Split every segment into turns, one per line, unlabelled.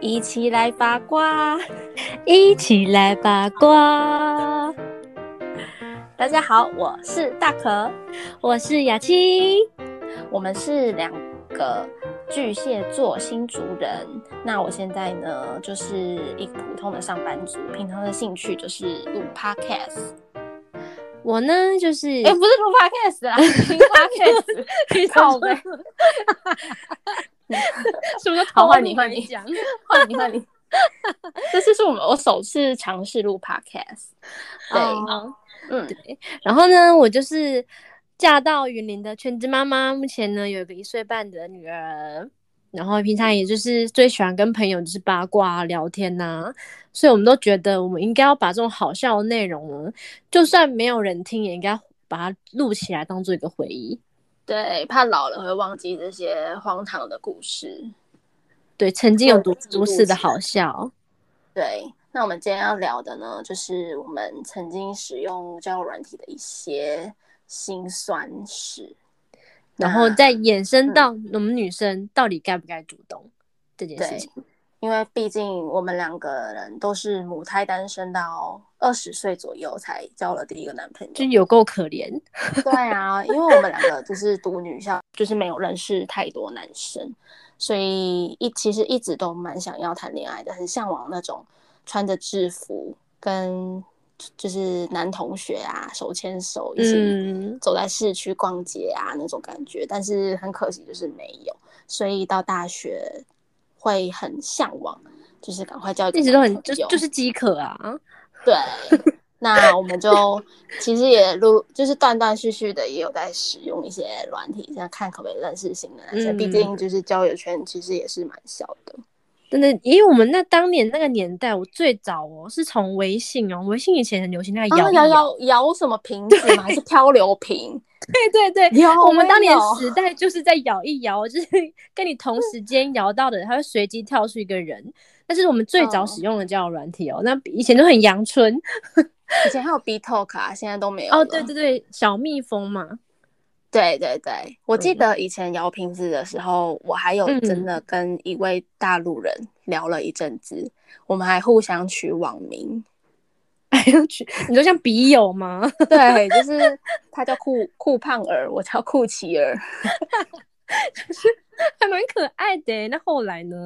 一起来八 卦。
一起来八卦。
大家好，我是大可，
我是雅琪，
我们是两个巨蟹座新族人。那我现在呢，就是一个普通的上班族，平常的兴趣就是录 podcast。
我呢就是，
哎、不是录 podcast 啦，听 podcast。
你
靠背，
什么都
好
偷
换你换你
讲。
换你换你， 这次是我们我首次尝试录 podcast。对，
哦
嗯，
然后呢，我就是嫁到云林的全职妈妈，目前呢有一个一岁半的女儿。然后平常也就是最喜欢跟朋友就是八卦啊、聊天呐、所以我们都觉得我们应该要把这种好笑的内容呢，就算没有人听，也应该把它录起来当做一个回忆。
对，怕老了会忘记这些荒唐的故事。
对，曾经有读
对
读史的好笑，
对，那我们今天要聊的呢，就是我们曾经使用交友软体的一些辛酸史。
然后
那
再衍生到我们女生到底该不该主动这件事
对
情。
因为毕竟我们两个人都是母胎单身到二十岁左右才交了第一个男朋友。
就有够可怜，
对啊，因为我们两个就是读女校，就是没有认识太多男生，所以一其实一直都蛮想要谈恋爱的，很向往那种穿着制服跟就是男同学啊手牵手一起
嗯，
走在市区逛街啊那种感觉，但是很可惜就是没有，所以到大学会很向往，就是赶快交一个
一直都
男
很
朋
就
友
就是饥渴啊，
对，那我们 就其实也陆就是断断续续的也有在使用一些软体，这样看可不可以认识新的男生。
嗯
毕竟就是交友圈其实也是蛮小的。
真的，因为我们那当年那个年代，我最早哦是从微信哦，微信以前很流行那个摇
啊，
哦哎一
摇
摇，
摇摇什么瓶子吗？还是漂流瓶？
对对对，
有，
我们当年
有
时代就是在摇一摇，就是跟你同时间摇到的，它会随机跳出一个人。但是我们最早
嗯
使用的交友软体哦，那以前都很阳春
以前还有 B Talk 啊，现在都没有了。
哦，对对对，小蜜蜂嘛，
对对
嗯
对，我记得以前摇瓶子的时候，我还有
嗯
真的跟一位大陆人聊了一阵子，我们还互相取网名。
哎呦去，你说像笔友吗？
对，就是他叫酷酷胖儿，我叫酷奇儿。
还蛮可爱的欸耶。那后来呢？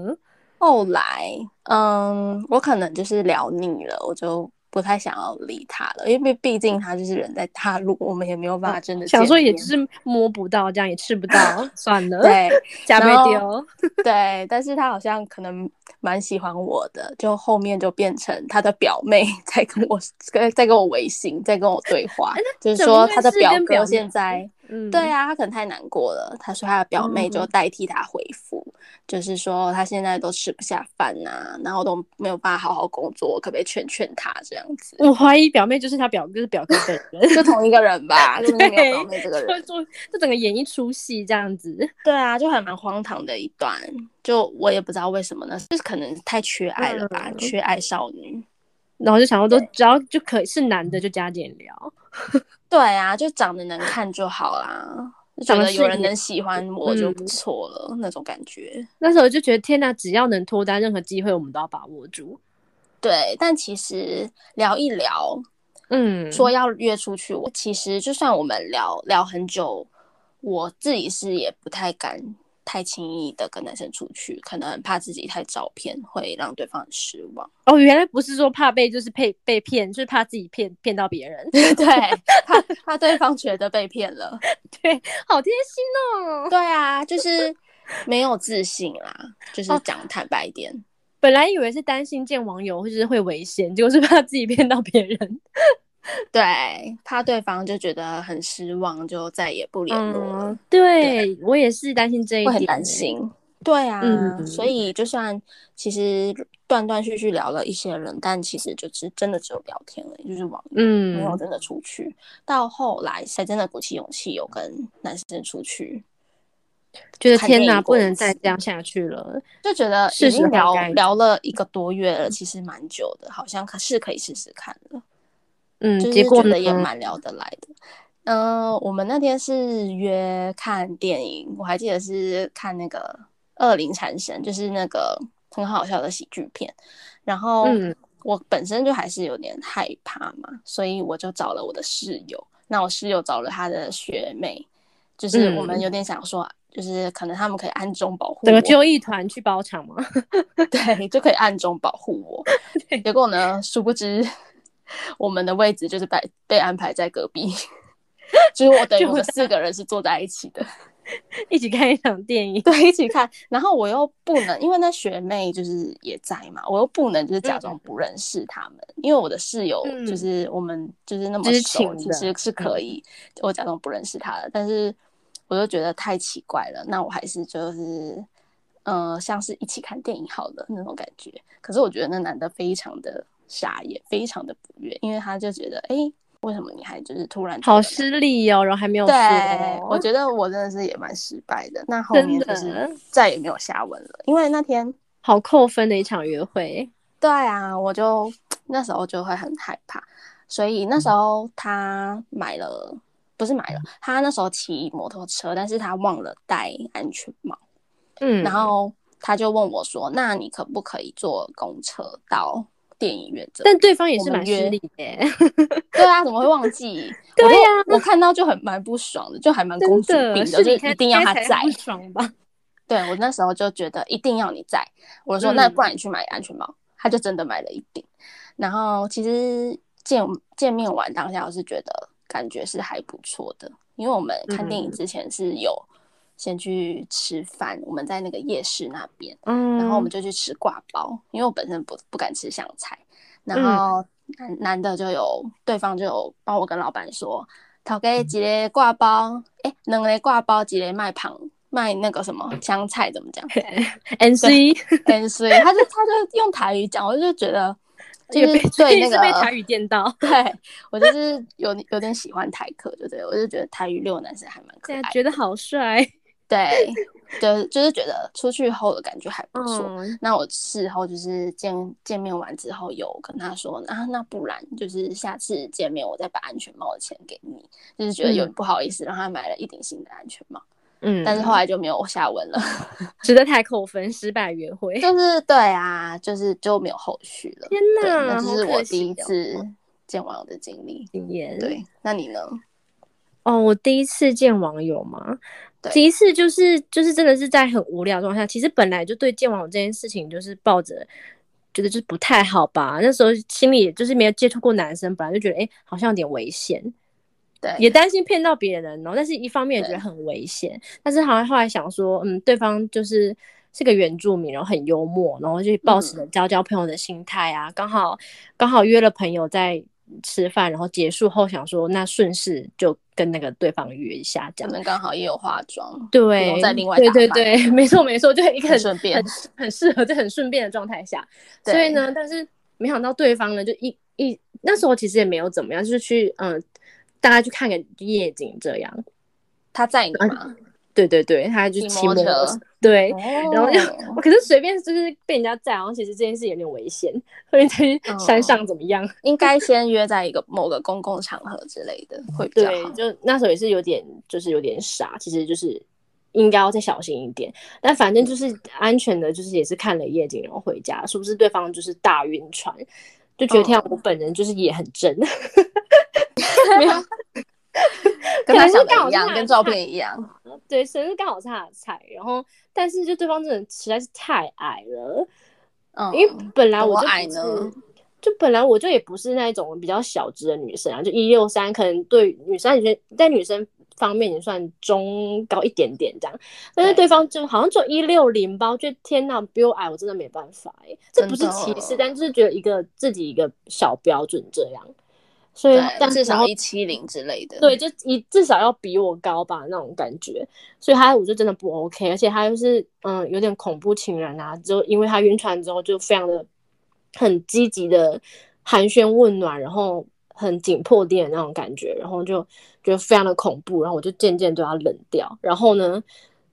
后来，嗯，我可能就是聊腻了，我就不太想要理他了，因为毕竟他就是人在大陆，我们也没有办法真的
哦想
见
说也
面
就是摸不到，这样也吃不 到，算了，
对
加倍
然后
丢。
对，但是他好像可能蛮喜欢我的，就后面就变成他的表妹 在跟我在在跟我微信，在跟我对话，就是
哎怎么
说
会
他的
是
表
跟表
哥现
妹
在。
嗯，
对啊，他可能太难过了，他说他的表妹就
嗯
代替他回复，就是说他现在都吃不下饭呐、然后都没有办法好好工作，可不可以劝劝他这样子？
我怀疑表妹就是她表哥，就是表哥本人，
就同一个人 吧，嗯就是没有表妹 这个
就
人。
做就整个演一出戏这样子。
对啊，就还蛮荒唐的一段，就我也不知道为什么呢，就是可能太缺爱了吧，
嗯
缺爱少女。
然后就想说都
对
只要就可以是男的就加减聊，
对啊，就长得能看就好啦，就觉
长得
得有
顺
人
眼
能喜欢我就不
嗯
错了，那种感觉。
那时候就觉得天哪，只要能脱单，任何机会我们都要把握住。
对，但其实聊一聊，
嗯，
说要约出去，我其实就算我们聊聊很久，我自己是也不太敢太轻易的跟男生出去，可能很怕自己太照片会让对方很失望，
哦，原来不是说怕被就是被被骗，就是怕自己骗骗到别 人。
对，怕怕对方觉得被骗了。
对，好贴心哦。
对啊，就是没有自信啦，就是讲坦白一点。
本来以为是担心见网友或者是会危险，结果是怕自己骗到别人。
对，怕对方就觉得很失望，就再也不联络了。
嗯，对我也是担心这一
会
点、欸
很担。心。欸对啊，
嗯
所以就算其实断断续续聊了一些人，但其实就只真的只有聊天而已，就是网友，没有
嗯，
真的出去。到后来才真的鼓起勇气有跟男生出去，
觉得
看
天
电
哪，
影过
不
一
能再
次
这样下去了。
就觉得
是
已
时
经
候
聊
该
聊了一个多月了，其实蛮久的，好像可是可以试试看了，
嗯，
就是
结果
觉
呢
得？也蛮聊得来的。嗯、我们那天是约看电影，我还记得是看那个《恶灵缠身》，就是那个很好笑的喜剧片，然后
嗯
我本身就还是有点害怕嘛，所以我就找了我的室友。那我室友找了他的学妹，就是我们
嗯
有点想说，就是可能他们可以暗中保护
整
我，
个就义团去包场吗？
对，就可以暗中保护我
对。
结果呢，殊不知我们的位置就是被被安排在隔壁， 就是我等于我们
就
四个人是坐在一起的。
一起看一场电 影。
对，一起看。然后我又不能，因为那学妹就是也在嘛，我又不能就是假装不认识他们，因为我的室友
嗯
就是我们就是那么
知
熟，
情
其
的嗯
实是可以我假装不认识他的，但是我就觉得太奇怪了，那我还是就是。呃，像是一起看电影好了那种感觉。可是我觉得那男的非常的傻眼，非常的不悦，因为他就觉得，哎、为什么你还就是突然
好
觉得
失利哦，然后还没有说
对，我
哦，
觉得我真的是也蛮失败的。那后面
真
就
的
是再也没有下文了，因为那天
好扣分的一场约会。
对啊，我就那时候就会很害怕，所以那时候他买了，不是买了，他那时候骑摩托车，但是他忘了戴安全帽，
嗯，
然后他就问我说：“那你可不可以坐公车到电影院这里？”
但对方也
我
是
们
蛮
约
失利的耶，
对啊，怎么会忘 记？
对
我就
呀
我看到就很蛮不爽的，就还蛮公主
真
病
的
啊的，就
你
是
开
一定要
开
他
才
在
不。爽吧？
对我那时候就觉得一定要你在，我说
嗯
那不然你去买安全帽，他就真的买了一顶。然后其实见见面完当下，我是觉得感觉是还不错的，因为我们看电影
嗯
之前是有先去吃饭，我们在那个夜市那边，
嗯，
然后我们就去吃挂包，因为我本身不不敢吃香菜，然
嗯
后男、男的就有对方就有帮我跟老板说，头家一个挂包，诶，两个挂包，一个卖旁卖那个什么香菜怎么 讲？
嗯 N C
但是他就他就用台语讲，我就觉 得就
这
是
个被
对
这
那
个
个
是被台语电到，
对我就是有有点喜欢台客，对不对？我就觉得台语六男生还蛮可
对
爱
啊，
的，
觉得好帅。
对，就是就是觉得出去后的感觉还不错。
嗯，
那我事后就是见见面完之后，有跟他说啊，那不然就是下次见面我再把安全帽的钱给你，就是觉得有点不好意思，让他买了一顶新的安全帽，
嗯
但是后来就没有下文了，
值得太扣分，失败约会。
就是对啊，就是就没有后续了。
天
对，
哪，
那这
好
是我
可惜
第一
哦嗯
次见网友的经历。
经验。
对，那你呢？
哦，我第一次见网友嘛，
对
第一次就是就是真的是在很无聊的状况下，其实本来就对见网友这件事情就是抱着觉得就是不太好吧，那时候心里也就是没有接触过男生，本来就觉得哎、诶好像有点危险，
对，
也担心骗到别人哦，但是一方面也觉
对
得很危险，但是好像后来想说，嗯，对方就是是个原住民，然后很幽默，然后就抱
嗯
持着交交朋友的心态啊，刚好刚好约了朋友在吃饭，然后结束后想说，那顺势就跟那个对方约一下，这
我
样
们刚好也有化妆，不
对
用再另外，
对
打
对
扮
对，没错没错，就一个
很
很
顺便
很很适合在很顺便的状态下，
对
所以呢，但是没想到对方呢，就一一那时候其实也没有怎么样，就是去嗯、呃大家去看个夜景这样，
他载你吗？
对对对，他就
骑摩
骑摩
托
托
车
车，对，然后就
哦
我可是随便就是被人家载，然后其实这件事有点危险，所以去
嗯
山上怎么样？
应该先约在一个某个公共场合之类的会比较
对
好，。
就那时候也是有点，就是有点傻，其实就是应该要再小心一点。但反正就是安全的，就是也是看了夜景然后回家，是不是对方就是大晕船，就觉得天啊，
嗯
我本人就是也很真，
没有，跟
可
他
能是
想
刚
的
好
一样，
是
跟
他
照片一样。
对，生日刚好是他的菜。然后，但是就对方真的实在是太矮了。
嗯，
因为本来我就
多
不
矮呢
是，就本来我就也不是那种比较小只的女生啊，就一六三，可能对女生，女生在女生方面也算中高一点点这样，但是
对
对方就好像就一六零吧，我觉得天呐，比我矮，我真的没办法哎、这
真
不是
的
歧视，但就是觉得一个自己一个小标准这样，所以
对，
但
至
是
少
然后
一七零之类的。
对，，就一至少要比我高吧那种感觉，所以他我就真的不 OK，而且他就是嗯有点恐怖情人啊，就因为他晕船之后就非常的很积极的寒暄问暖，然后很紧迫点的那种感觉，然后就觉得非常的恐怖，然后我就渐渐对他冷掉，然后呢，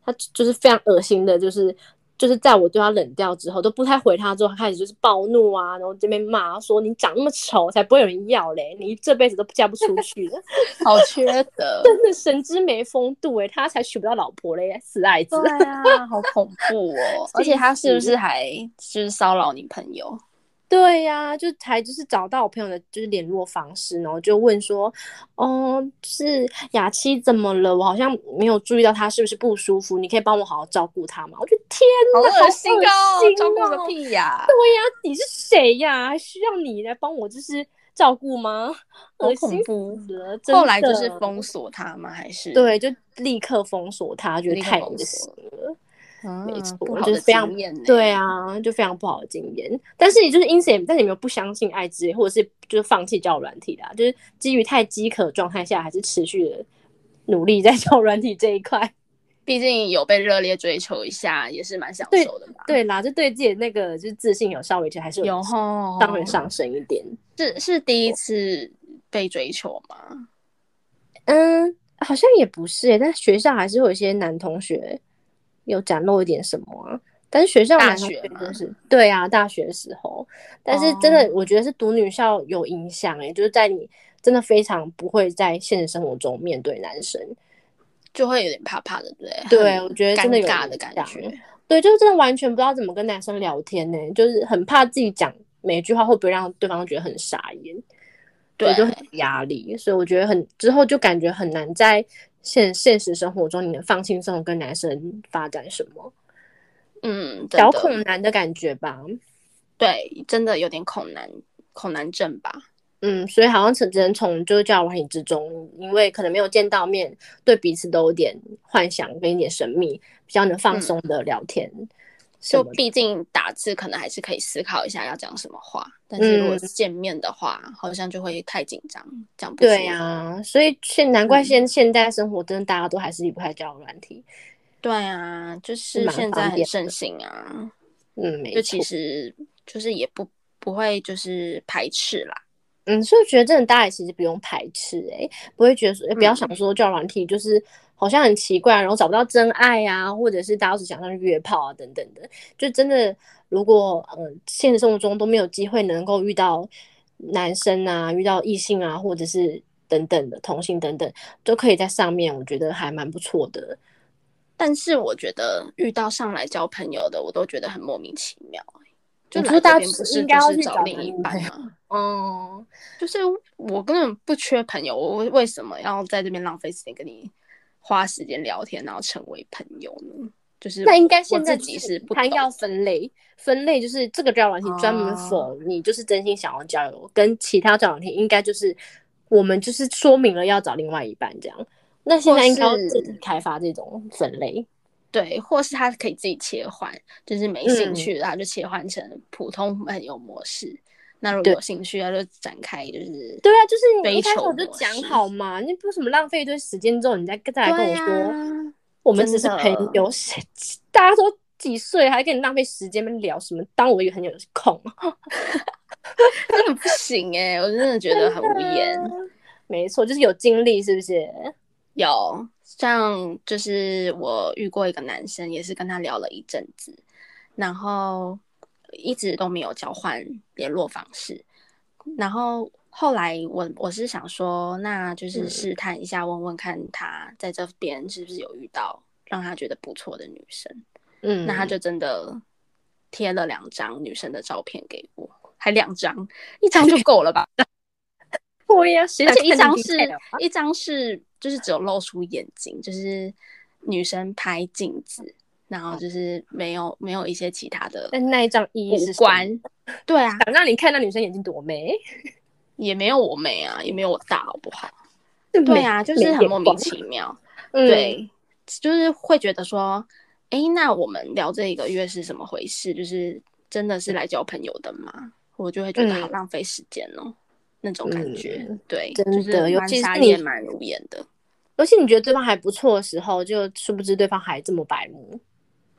他就是非常恶心的，就是就是在我对他冷掉之后，都不太回他之后，他开始就是暴怒啊，然后这边骂说你长那么丑，才不会有人要嘞，你这辈子都嫁不出去了，
好缺 德，
真的神之没风度哎、他才娶不到老婆嘞，死矮子。
对啊，好恐怖哦！而且他是不
气死
是还就是骚扰你朋友？
对呀、就才就是找到我朋友的就是联络方式，然后就问说，哦，就是雅琪怎么了？我好像没有注意到她是不是不舒服，你可以帮我好好照顾她吗？我就天
好
哪，好
恶心哦
恶心，
照顾个
哦！
屁呀！
对呀、你是谁呀、还需要你来帮我就是照顾吗？
好
恶
恐
心
怖
死了！真
后来就是
的
封锁他吗？还是，
对，就立刻封锁他，觉得
立刻
太
封
恶
锁
心了。
嗯
没错
不好
就是
的
非常
经验呢。
对，啊，就非常不好的经验。但是你就是因此也，但你们不相信爱之类，或者是就是放弃交友软体啦、就是基于太饥渴的状态下，还是持续的努力在交友软体这一块。
毕竟有被热烈追求一下，也是蛮享
对
受的嘛。
对啦，就对自己的那个就是自信有稍微就还是
有吼，
稍微上升一点。
是是第一次被追求吗？
嗯，好像也不是、欸，但学校还是会有一些男同学有展露一点什么啊。但是学校
大
男同
学
学
吗哦
就是对啊，大学的时候，但是真的我觉得是读女校有影响诶、就是在你真的非常不会在现实生活中面对男生，
就会有点怕怕的，对不对？
对
很
我觉得真的
尴
有
尬
影
的感
响
觉。
对，就真的完全不知道怎么跟男生聊天呢、就是很怕自己讲每一句话会不会让对方觉得很傻眼。对，就很有压力，所以我觉得很之后就感觉很难在现现实生活中你能放轻松地跟男生发展什么
嗯，真
小
的
恐男的感觉吧。
对，真的有点恐难恐难症吧。
嗯，所以好像只只能从就是交友软体之中，因为可能没有见到面，对彼此都有点幻想跟一点神秘，比较能
嗯
放松的聊天。什
就
么的
毕竟打字可能还是可以思考一下要讲什么话，但是如果
嗯
是见面的话，好像就会太紧张，讲不出
对呀、所以现难
嗯
怪现现代生活真的大家都还是离不开交友软体。
对啊，就是
蛮
现
方
在
便
很
的
盛行啊，
嗯，没
就
错
其。实就是也不不会就是排斥啦，
嗯，所以我觉得真的大家也其实不用排斥、欸，不会觉得说、欸
嗯
不要想说交友软体就是好像很奇怪，然后找不到真爱啊，或者是大家都只想上去约炮啊等等的，就真的如果嗯、呃现实生活中都没有机会能够遇到男生啊，遇到异性啊，或者是等等的同性等等，都可以在上面，我觉得还蛮不错的。
但是我觉得遇到上来交朋友的，我都觉得很莫名其妙欸、就
你
来
说大
这
家
边不
只
是
应该要
就是
去
找
找
另
男
一
女
半
朋友
吗？
哦、
就是我根本不缺朋友，我为为什么要在这边浪费时间跟你花时间聊天，然后成为朋友呢？就是
那应该
我
现在
自己
就是
不
它
懂
应该要分类，分类就是这个交友软体专门
哦
否你就是真心想要交友，跟其他交友软体应该就是我们就是说明了要找另外一半这样。那现
或
在应该要
是
自己开发这种分类，
对，或是他可以自己切换，就是没兴
嗯
趣的他就切换成普通朋友模式。那如果
对
有兴趣，他就展开就是
对啊，就是你一
追
开始
求
我就
模
讲
式
好嘛，你不什么浪费一堆时间之后，你再再来跟
对
我
呀、
说、我们只是
真的
朋友，谁大家都几岁还跟你浪费时间聊什么？当我一个很有空， 啊
真的不行哎、我真的觉得很无言。
啊没错，就是有经历是不是？
有，像就是我遇过一个男生，也是跟他聊了一阵子，然后一直都没有交换联络方式。然后后来我我是想说，那就是
嗯
试探一下，问问看他在这边是不是有遇到让他觉得不错的女生。
嗯，
那他就真的贴了两张女生的照片给我，还两张，一张就够了吧？
对呀、谁
而且
想
一
看
张
你
是
detail 啊
一张是就是只有露出眼睛，就是女生拍镜子，然后就是没有没有一些其他的
嗯但那一张一
五
是什么
官，对啊，
想让你看到女生眼睛多美，
也没有我美啊，也没有我大，好不好？
美
对嗯啊，就是很莫名。其妙，
美眼光，
对，就是会觉得说，哎，那我们聊这一个月是什么回事？就是真的是来交朋友的吗？我就会觉得好
嗯
浪费时间哦，那种感觉，对，
真
就
的
是
尤
蛮
其是
傻
你
眼，蛮无言的。
尤其你觉得对方还不错的时候，就殊不知对方还这么白目。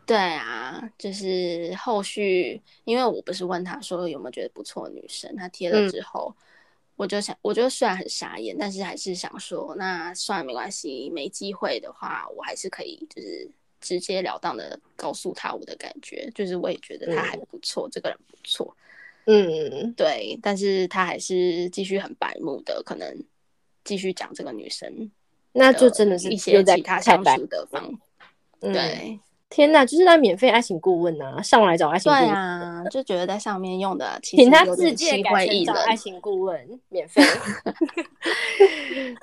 对啊，就是后续，因为我不是问他说有没有觉得不错的女生，他贴了
嗯
之后，我就想，我就虽然很傻眼，但是还是想说，那算了，没关系，没机会的话，我还是可以就是直截了当的告诉他我的感觉，就是我也觉得他还不错，这个人不错，
嗯，
对，但是他还是继续很白目的，可能继续讲这个女生，
那就真的是
一
又
些
在
其他
太
相
白
处的方，
嗯，
对
天哪，就是那免费爱情顾问啊，上来找爱情
对
顾问，
啊，就觉得在上面用的其实
请他
有
自
点
荐
心
改
灰
成
意
找爱
冷，
情顾问， 免费。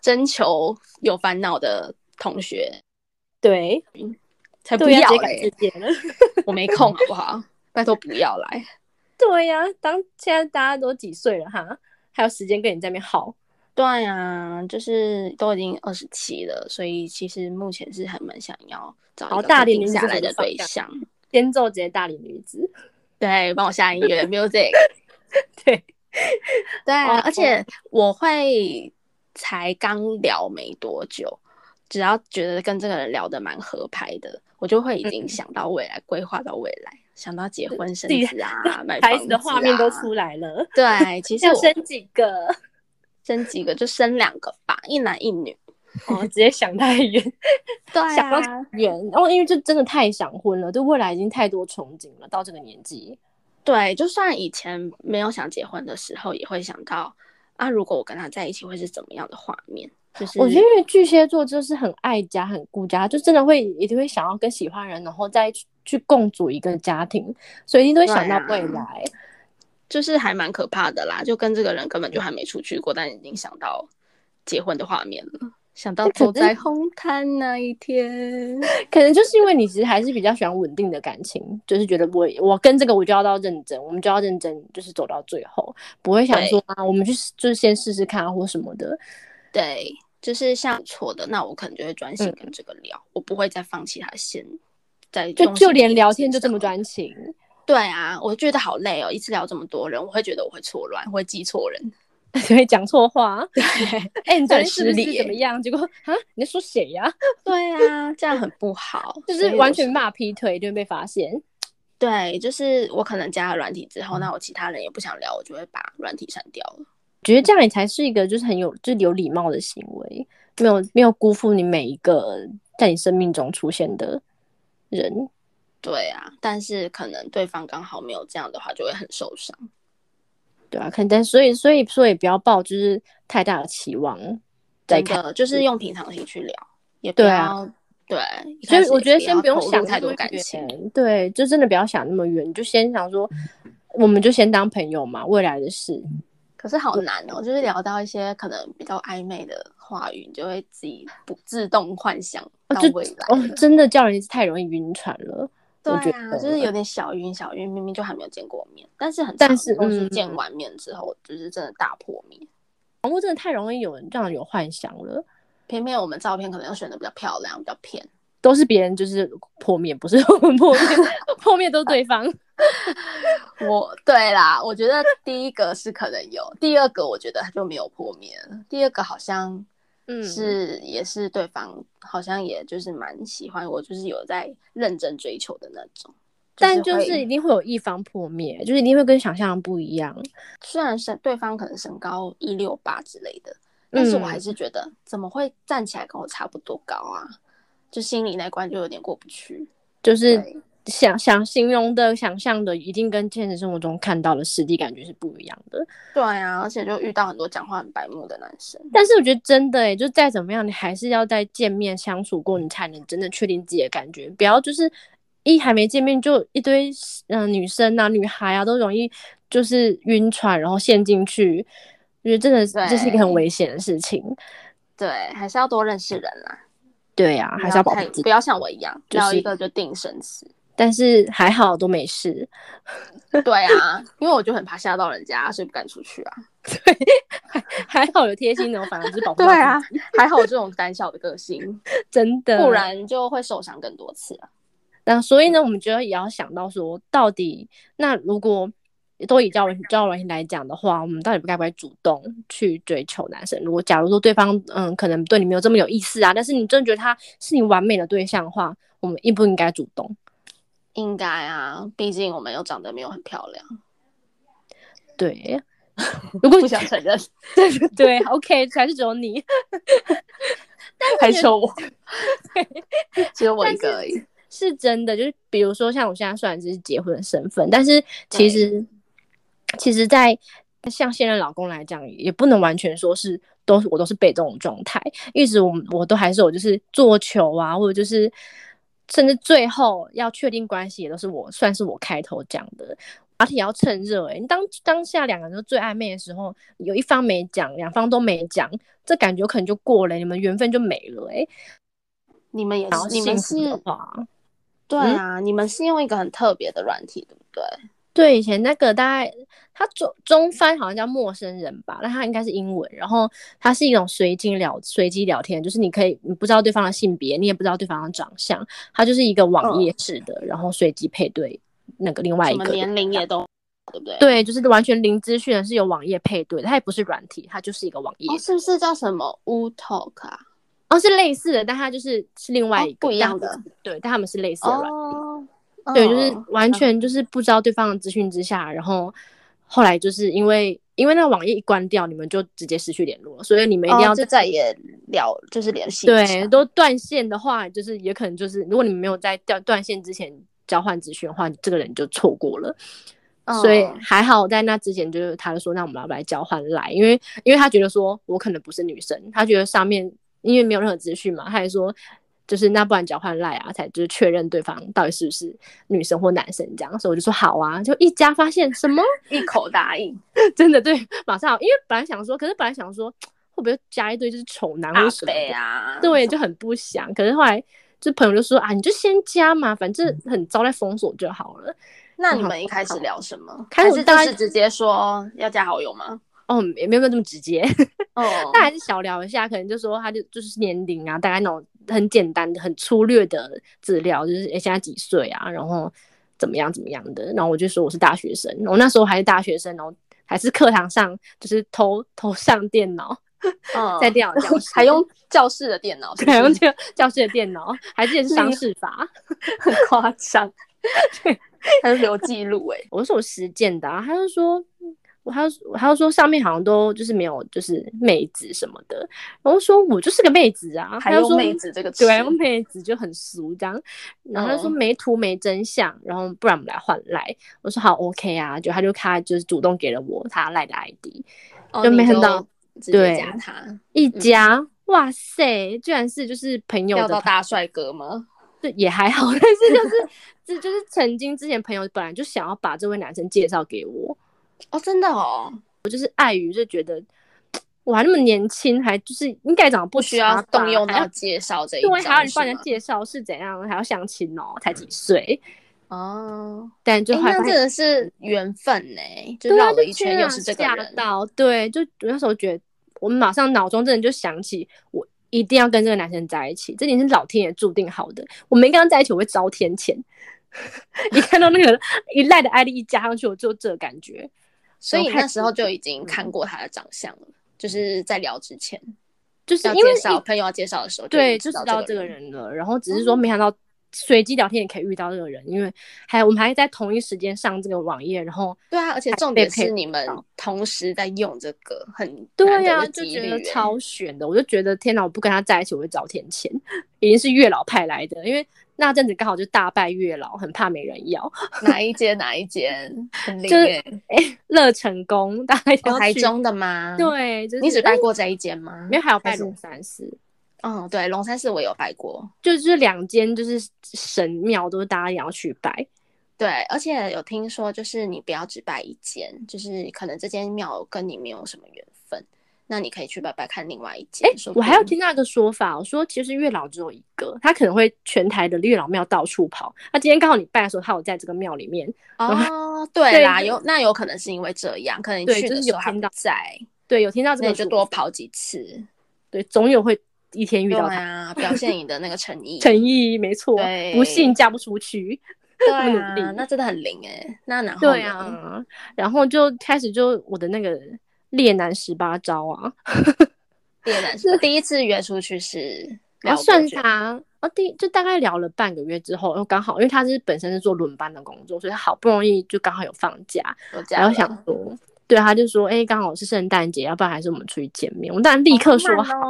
征求有烦恼的同学
对，
才不
对呀，
要欸
直接改自
嘞，
荐了。
我没空好不好？拜托不要来。
对呀、当现在大家都几岁了哈，还有时间跟你在那边耗。
对啊，就是都已经二十七了，所以其实目前是还蛮想要找
好
一个
大
固
龄
定
女
下
子
来
怎么
的
放
对
假
象。
先奏直接大龄女子，
对，帮我下音 乐 music。
对，
对啊，
哦
而且我会才刚聊没多久，只要觉得跟这个人聊得蛮合拍的，我就会已经想到未来，规划到未来，想到结婚生
嗯自己
子啊，买
孩
房
子
子
的画面都
啊
出 来了，
对， 其实
要
我
生几 个？
生几个就生两个吧，一男一女。
哦，直接想太远，
对
想到
啊，
远，然后因为就真的太想婚了，对未来已经太多憧憬了，到这个年纪，
对，就算以前没有想结婚的时候，也会想到啊，如果我跟他在一起会是怎么样的画面？就是
我觉得因为巨蟹座就是很爱家、很顾家，就真的会一定会想要跟喜欢人，然后再去去共组一个家庭，所以一定都会想到未
对
来。
啊就是还蛮可怕的啦，就跟这个人根本就还没出去过，但已经想到结婚的画面了，想到
那可
走
是
在红毯那一天。
可能就是因为你其实还是比较喜欢稳定的感情，就是觉得我我跟这个我就要到认真，我们就要认真，就是走到最后，不会想说啊，我们去就是先试试看啊或什么的。
对，就是像不错的，那我可能就会专心跟这个聊，我不会再放弃他先。再
就
用
就
心
连
情
聊
欣
天就这么
赏
专情，
对啊，我觉得好累哦，一次聊这么多人，我会觉得我会错乱，会记错人。
所以讲错话。哎、你昨天是不
很失礼
是
耶
怎么样？结果啊，你在说谁呀、
对啊，这样很不好，
就是
所
完
以
全骂劈腿就会被发现。
我对，就是我可能加了软体之后，那我其他人也不想聊，我就会把软体删掉了。
觉得这样你才是一个就是很有就是有礼貌的行为，没有没有辜负你每一个在你生命中出现的人。
对啊，但是可能对方刚好没有这样的话，就会很受伤。
对啊，可能但所以所以说也不要抱就是太大的期望。再
真的就是用平常心去聊，也不
对啊
要对。一
所
开
以
始
我
也
觉
要
得先不用
投入
想
太
那么
多感
远
情。，
对，就真的不要想那么远，你就先想说，我们就先当朋友嘛，未来的事。
可是好难哦，就是聊到一些可能比较暧昧的话语，你就会自己不自动幻想
哦
到
就
未来
哦
了。，
真的叫人太容易晕船了。我觉
对啊，
得
就是有点小晕小晕，明明就还没有见过面，但是很
但
常
是
都是
嗯
见完面之后，就是真的大破灭。
网络真的太容易有人让人有幻想了，
偏偏我们照片可能又选的比较漂亮，比较偏。
都是别人就是破灭，不是我们破灭， 破灭都是对方。
我对啦，我觉得第一个是可能有，第二个我觉得他就没有破灭了。第二个好像
嗯，
是、也是对方好像也就是蛮喜欢我，就是有在认真追求的那种。
但就是
会
一定会有一方破灭，就是一定会跟想象的不一样。
虽然是对方可能身高一六八之类的，但是我
嗯
还是觉得、怎么会站起来跟我差不多高啊？就心里那关就有点过不去。
就是
对
想想形容的、想象的，一定跟现实生活中看到的实际感觉是不一样的。
对啊，而且就遇到很多讲话很白目的男生。
但是我觉得真的、欸，就再怎么样，你还是要在见面相处过，你才能真的确定自己的感觉。不要就是一还没见面就一堆嗯、呃女生啊、女孩啊，都容易就是晕船，然后陷进去。我觉得真的是这是一个很
对
危险的事情。
对，还是要多认识人啦。
对啊，还是要保护
太
自己
不。要像我一样，
就
聊
是
一个就定生 死。
但是还好都没事，
对啊，因为我就很怕吓到人家，所以不敢出去啊。
还好有贴心的，我反而就是保护。
对啊，，嗯还好我这种胆小的个 性，
真的，
不然就会受伤更多次啊。
那所以呢，我们觉得也要想到说，到底那如果都以交友交友软件来讲的话，我们到底该不该主动去追求男生？如果假如说对方嗯可能对你没有这么有意思啊，但是你真的觉得他是你完美的对象的话，我们应不应该主动？
应该啊，毕竟我们又长得没有很漂亮，
对， 如果
不想承认，
对 OK，还是只有你，
还求我，只有我一个而已。
是真的，就是比如说像我现在虽然只是结婚的身份，但是其实其实，在像现任老公来讲，也不能完全说是都是我都是被动状态，一直我们我都还是我就是做球啊，或者就是甚至最后要确定关系也都是我算是我开头讲的，而且也要趁热欸诶、你当当下两个人都最暧昧的时候，有一方没讲，两方都没讲，这感觉可能就过了，你们缘分就没了诶、
你们也
然后
是，你
幸
们
福的
是
话，
对啊，你们是用一个很特别的软体，对不对？
对，以前那个大概它中中翻好像叫陌生人吧，那它应该是英文，然后它是一种随机聊随机聊天，就是你可以你不知道对方的性别，你也不知道对方的长相，它就是一个网页式的，然后随机配对那个另
嗯
外
什
一
么
个人
年龄也都，对不对？
对，就是完全零资讯的是有网页配对的，它也不是软体，它就是一个网页
哦，是不是叫什么 U Talk 啊？
哦是类似的，但它就是是另外
哦
一个、
不一
但
样
它
的
不是对，但他们是类似的软体。
哦，
对，就是
嗯
完全就是不知道对方的资讯之下，然后后来就是因为因为那个网页一关掉，你们就直接失去联络了，所以你们一定要
哦，就
在、
再也聊，就是联系不
对
上
都断线的话，就是也可能就是如果你们没有在断断线之前交换资讯的话，这个人就错过了。所以
嗯
还好在那之前，就是他就说，那我们要不要来交换来，因为因为他觉得说我可能不是女生，他觉得上面因为没有任何资讯嘛，他还说就是那不然交换赖啊，才就是确认对方到底是不是女生或男生这样，所以我就说好啊，就一加发现什么
一口答应，
真的对，马上好，因为本来想说，可是本来想说会不会加一堆就是丑男或
阿
什么
北
的，
啊，
对，就很不想，可是后来就朋友就说啊，你就先加嘛，反正
嗯
很糟，再封锁就好了。
那你们一开始聊什么？
开始
还是
大
就
概
是直接说要加好友吗？
哦，也没有这么直接。
哦，
但还是小聊一下，可能就说他就就是年龄啊，大概那种很简单的、很粗略的资料，就是诶现在几岁啊，然后怎么样怎么样的。然后我就说我是大学生，我那时候还是大学生，然后还是课堂上就是偷偷上电脑，
嗯
在电脑教室
还用教室的电脑，是不
还
是
用这个教室的电脑，还记得是商
厉害
事法，
很夸张， 还是留记录哎，
我是有实践的、啊。他就说。我还要，我还要说上面好像都就是没有，就是妹子什么的。然后说我就是个妹子啊，
还
他就
用
说
妹子这个词
对，，用妹子就很俗这样。然后他就说
嗯
没图没真相，然后不然我们来换赖。我说好 OK 啊，就他就他就是主动给了我他赖的 ID，
哦
就没
你
想到
直接
对
加他，
一加、哇塞，居然是就是朋友
钓
的
到
朋
大帅哥吗？
就也还好，但是 就是这就是曾经之前朋友本来就想要把这位男生介绍给我，
哦，真的哦，
我还那么年轻，还就是应该长得不
不需要
差吧
动用
还
到
要
介绍这一
对，还要
招
你
是
帮人
吗
家？介绍是怎样，还要相亲哦，才几岁，
哦，
但就
哎，
后来
那
发现
真的是缘分呢，就
嗯对啊
绕了
就
一
居
圈又
然
是这个
吓
人，
到，对，就我那时候觉得，我马上脑中真的就想起，我一定要跟这个男生在一起，这点是老天爷注定好的。我没跟他在一起，我会遭天谴。 一看到那个一赖的 ID 一加上去，我就这感觉。
所以
我看
那时候就已经
嗯
看过他的长相了，就是在聊之前
就是
要
因为
介绍
一
朋友要介绍的时候，
对，
已经
就
知
知
道
道
这
这
个
个
人。嗯
人了，然后只是说没想到随机聊天也可以遇到这个人，因为还有我们还在同一时间上这个网页，然后
对啊，而且
还
重
被
点
配
是你们
到
同时在用这个，很难
对
得
呀、
的
就
几
觉得
率、欸。
超悬的，我就觉得天哪，我不跟他在一起，我会遭天谴，已经是月老派来的，因为那阵子刚好就大拜月老，很怕没人要，
哪一间？哪一 间？很灵
就是
哎、
哎，乐成功，大家一定
哦，
要
台
去，
中的吗？，
对，就是
你只拜
哎
过这一间吗
没？有还有拜
还是
龙山寺，
哦，对，龙山寺我有拜过。
就是两间就是神庙都是大家也要去拜，
对，而且有听说，就是你不要只拜一间，就是可能这间庙跟你没有什么缘分，那你可以去拜拜看另外一间。说
我
不
还有
定
听到一个说法，我说其实月老只有一个，他可能会全台的月老庙到处跑，那今天刚好你拜的时候，他有在这个庙里面，
哦，对
对
啦，
就
有那有可能是因为这样，可能你
对
去
就
的
是
时
有
候还
听
不
到
在，
对，有听到这
那
个
你就
说
多
法
跑几次。
对，总有会一天遇
对
到他。
啊，表现你的那个诚意。
诚意没错，不信
对
嫁不出去。
对
不努
啊，
力
那真的很灵哎、那然后
对
呢？
啊，然后就开始就我的那个列男十八招啊，
猎 男是第一次约出去是聊
然后
多
算
久？
他，啊第就大概聊了半个月之后，然哦后刚好因为他是本身是做轮班的工作，所以他好不容易就刚好有放假，
有
然
加
后想
了，
说，对，他就说，哎、刚好是圣诞节，要不然还是我们出去见面。我当然立刻说
慢
好，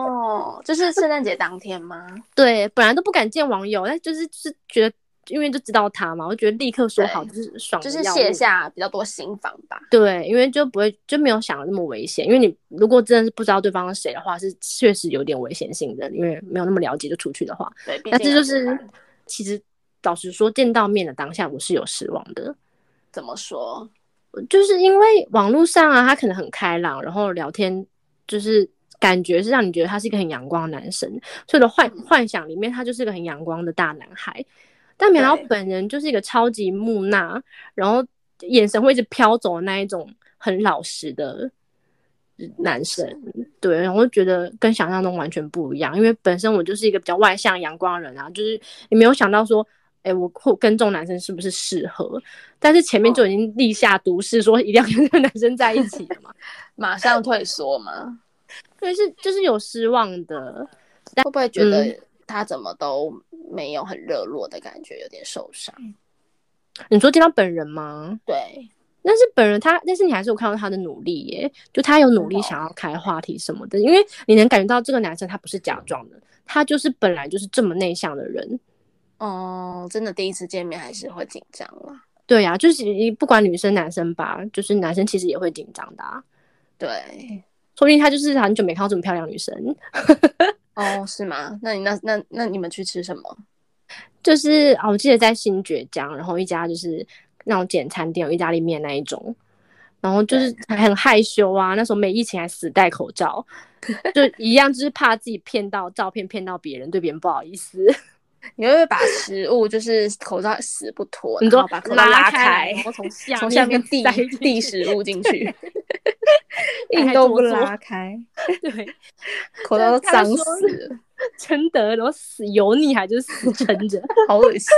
哦，就是圣诞节当天吗？
对，本来都不敢见网友，但就是就是觉得因为就知道他嘛，我觉得立刻说 好就是爽，
就是卸。下比较多心防吧。
对，因为就不会就没有想的那么危险，因为你如果真的是不知道对方是谁的话，是确实有点危险性的，因为没有那么了解就出去的话，
对，毕
但
竟
是就
还
是
蛮
其实老实说，见到面的当下我是有失望的，
怎么说，
就是因为网络上啊，他可能很开朗，然后聊天就是感觉是让你觉得他是一个很阳光的男生，所以我的幻幻想里面他就是个很阳光的大男孩，但没想到
对
本人就是一个超级木讷，然后眼神会一直飘走的那一种很老实的男生，对，然后我就觉得跟想象中完全不一样，因为本身我就是一个比较外向阳光的人啊，就是你没有想到说。哎、我会跟这种男生是不是适合？但是前面就已经立下毒誓，说一定要跟这个男生在一起了嘛。
马上退缩 吗？
对，是就是有失望的，
会不会觉得他怎么都没有很热络的感觉，有点受伤？
你说见到本人吗？
对，
但是本人他，但是你还是有看到他的努力耶，就他有努力
真的哦
想要开话题什么的，因为你能感觉到这个男生他不是假装的，他就是本来就是这么内向的人。
哦，真的第一次见面还是会紧张啦。
对呀、就是你不管女生男生吧，就是男生其实也会紧张的、啊，
对，
说不定他就是很久没看到这么漂亮的女生。
哦，是吗？那你那那那你们去吃什么？
就是啊，我记得在新爵江，然后一家就是那种简餐店，有意大利面那一种，然后就是很害羞啊，那时候没疫情还死戴口罩，就一样就是怕自己骗到照片骗到别人，对别人不好意思。
你会不会把食物就是口罩死不脱，
你
然
说
后把口罩拉
开来，
开
然，后从下
从下面递
塞进去
递食物进去，
硬
硬都
哆
不
嗦
拉开，
对，
口罩都
他
脏
就说
死了，
真的，然后死油腻还就是死撑着，
好恶心。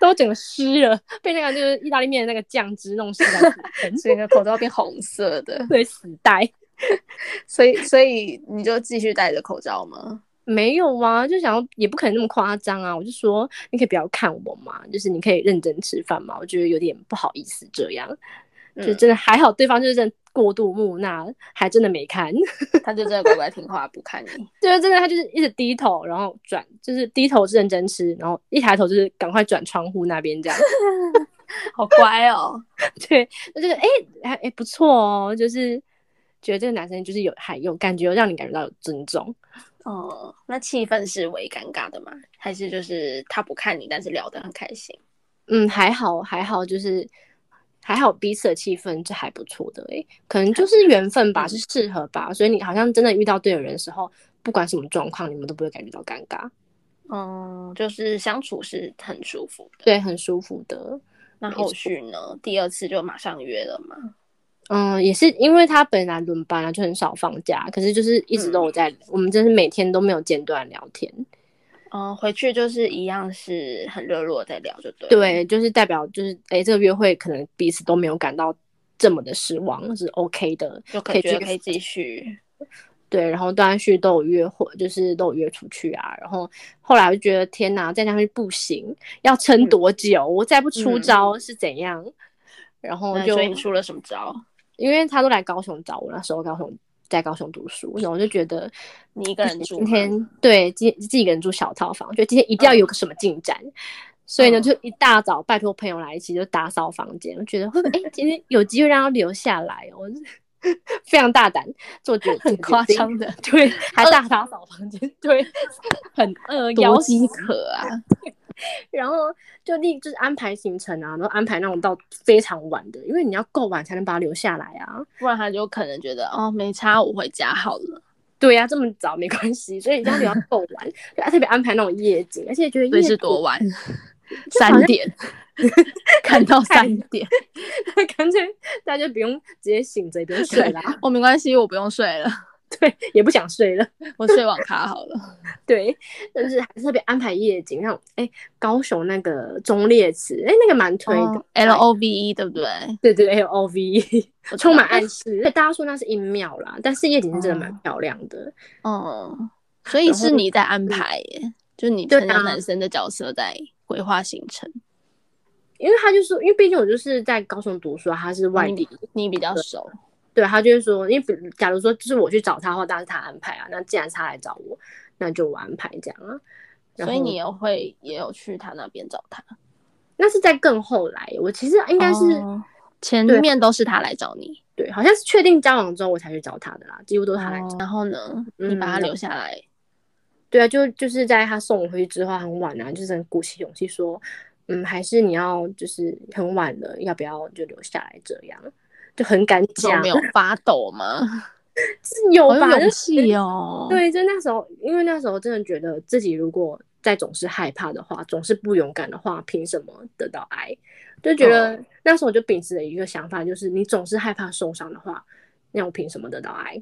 都整个湿了，被那个就是意大利面的那个酱汁弄湿了，
所以你的口罩变红色的，
对，死戴。
所以所以你就继续戴着口罩吗？
没有啊，就想要也不可能那么夸张啊。我就说，你可以不要看我嘛，就是你可以认真吃饭嘛。我觉得有点不好意思这样，就
嗯
真的还好，对方就是真的过度木讷，还真的没看，
他就真的乖乖听话，不看你。
就是真的他就是一直低头，然后转，就是低头是认真吃，然后一抬头就是赶快转窗户那边这样。
好乖哦，
对，我就觉得哎还哎不错哦，就是觉得这个男生就是有还有感觉，有让你感觉到有尊重。
哦，那气氛是微尴尬的吗？还是就是他不看你，但是聊得很开心？
嗯，还好，还好，就是还好，彼此的气氛是还不错的诶、可能就是缘分吧，
嗯
是适合吧，所以你好像真的遇到对的人的时候，不管什么状况，你们都不会感觉到尴尬，
哦，就是相处是很舒服的。
对，很舒服的。
那后续呢？第二次就马上约了嘛？
嗯，也是因为他本来轮班啊，就很少放假，可是就是一直都有在，我们真是每天都没有间断聊天，
嗯，回去就是一样是很热络在聊，就对。，
对，就是代表就是诶、这个约会可能彼此都没有感到这么的失望，是 OK 的，
就可
可以
觉得
去
可以继续。
对，然后断续都有约会，就是都有约出去啊。然后后来我就觉得天哪，再这样下去不行，要撑
嗯
多久？我再不出
嗯
招是怎样？然后
那
就
所以你出了什么招？
因为他都来高雄找我，那时候高雄在高雄读书，然后我就觉得
你一个人住
今
吗
天对今自己一个人住小套房，就今天一定要有个什么进展。所以呢，
嗯
就一大早拜托朋友来一起就打扫房间，我觉得会不会哎、今天有机会让他留下来哦，我就 非常大胆做决
很
这个决
夸
定
张的，
对，还大打扫房间，对，呃很饿，
多
腰
饥
饥，
渴啊！
然后就立就是安排行程啊，然后安排那种到非常晚的，因为你要够晚才能把它留下来啊。
不然他就可能觉得哦，没差，
嗯
我回家好了。
对呀、这么早没关系，所以你要留到够晚， 就特别安排那种夜景，而且觉得
所
夜
以是
景
多 晚？
好像
三点， 看到三点。
干脆大家就不用直接醒着，也不用睡啦，
哦，没关系，我不用睡了，
对，也不想睡了，
我睡网咖好 了。
对，但是还是特别安排夜景，让哎高雄那个忠烈祠，哎那个蛮推的、
L O V E 对不对？
对对，L O V E，
我
充满
爱。
暗示。大家说那是阴庙啦，但是夜景是真的
哦
蛮漂亮的。
嗯，所以是你在安排耶，就你
对啊
承担男生的角色在规划行程，
因为他就说，因为毕竟我就是在高雄读书啊，他是外地，
你比较熟。
对他就会说，因为比假如说就是我去找他的话，当然是他安排啊。那既然是他来找我，那就我安排这样啊。
所
然后
以你也会也有去他那边找他，
那是在更后来，我其实应该是、
哦前
对
面都是他来找你，
对，好像是确定交往之后我才去找他的啦，几乎都是他来找。
然后呢，你
嗯
把他
然
留下来，
对啊，就就是在他送我回去之后很晚啊，就是很鼓起勇气说，嗯，还是你要就是很晚了，要不要就留下来这样，就很敢
有
讲，
没有发抖 吗？
是有
好有
吧？就
勇
是
气哦，，
对，就那时候，因为那时候真的觉得自己如果再总是害怕的话，总是不勇敢的话，凭什么得到爱？就觉得
嗯
那时候我就秉持了一个想法，就是你总是害怕受伤的话，那我凭什么得到爱？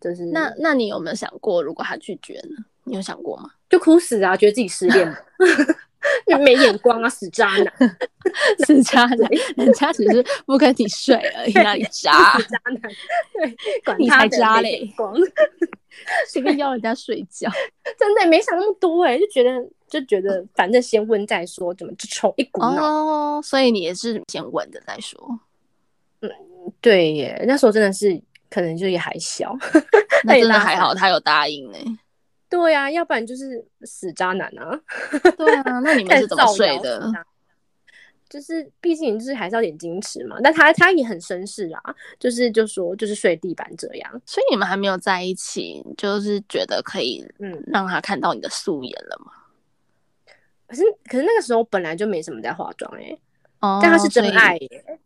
就是
那那你有没有想过，如果他拒绝呢？你有想过 吗？
就哭死啊，觉得自己失恋嘛， 没眼光啊，死渣男。
是渣男， 人家只是不跟你睡 而已，哪里渣？
渣 男，对，管
你
他
才
的
渣
没
嘞
眼光
随便邀人家睡 觉，
真的没想那么多哎、就觉得就觉得反正先问再说，怎么就冲一股脑？
哦，所以你也是先问的再 说，
对耶，那时候真的是可能就也还小，
那
那也
真的
搭
还好，他有答应 呢、
对呀、要不然就是死渣男啊，哎
对啊，那你们是怎么睡的？？
就是，毕竟就是还是要点矜持嘛，但他他也很绅士啊，就是就说就是睡地板这样，
所以你们还没有在一起，就是觉得可以
嗯，
让他看到你的素颜了吗？
可是可是那个时候本来就没什么在化妆哎、
哦
但他是真爱、，耶。
所以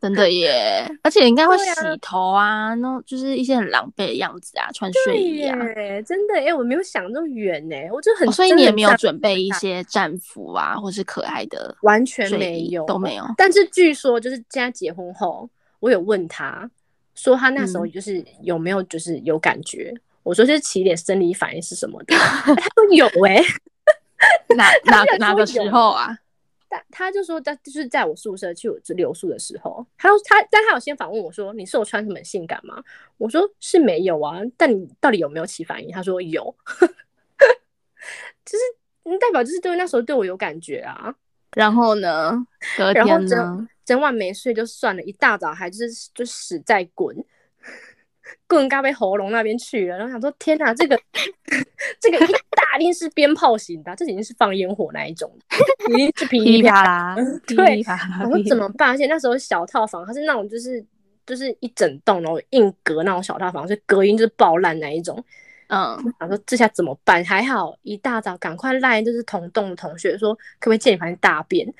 真的耶！而且应该会
对
洗
啊
头啊，那种就是一些很狼狈的样子啊，穿睡
对
衣啊。
耶，真的哎、我没有想这么远呢、我就很、
哦所以
真
你
的
也
很
没有
赞
准备一些战服啊，或是可爱的
完全
睡
没
衣
有，
都没有。
但是据说就是现在结婚后，我有问他说他那时候
嗯
就是有没有就是有感觉，我说是起点生理反应是什么的，他说 有哎、
哪哪
居然
哪
说
个
有
时候啊？
但他就说他就是在我宿舍去我留宿的时候，他说他但他有先反问我说你是我穿什么很性感吗？我说是没有啊，但你到底有没有起反应？他说有， 就是嗯代表就是对那时候对我有感觉啊。
然后呢？隔
然后
天呢
整？整晚没睡就算了，一大早还就是就死在滚，滚咖被喉咙那边去了。然后想说，天哪，这个这个一大定是鞭炮型的啊、这已经是放烟火那一种，已经是噼
噼
里
里
啪
啪
啦。
啦，噼
对
里啪啦，
然后
噼里
怎么办？而且那时候小套房，它是那种就是就是一整栋，然后硬隔那种小套房，所以隔音就是爆烂那一种。
嗯？
然后这下怎么办？还好一大早赶快赖就是同栋的同学说，可不可以借你房间大便？ 因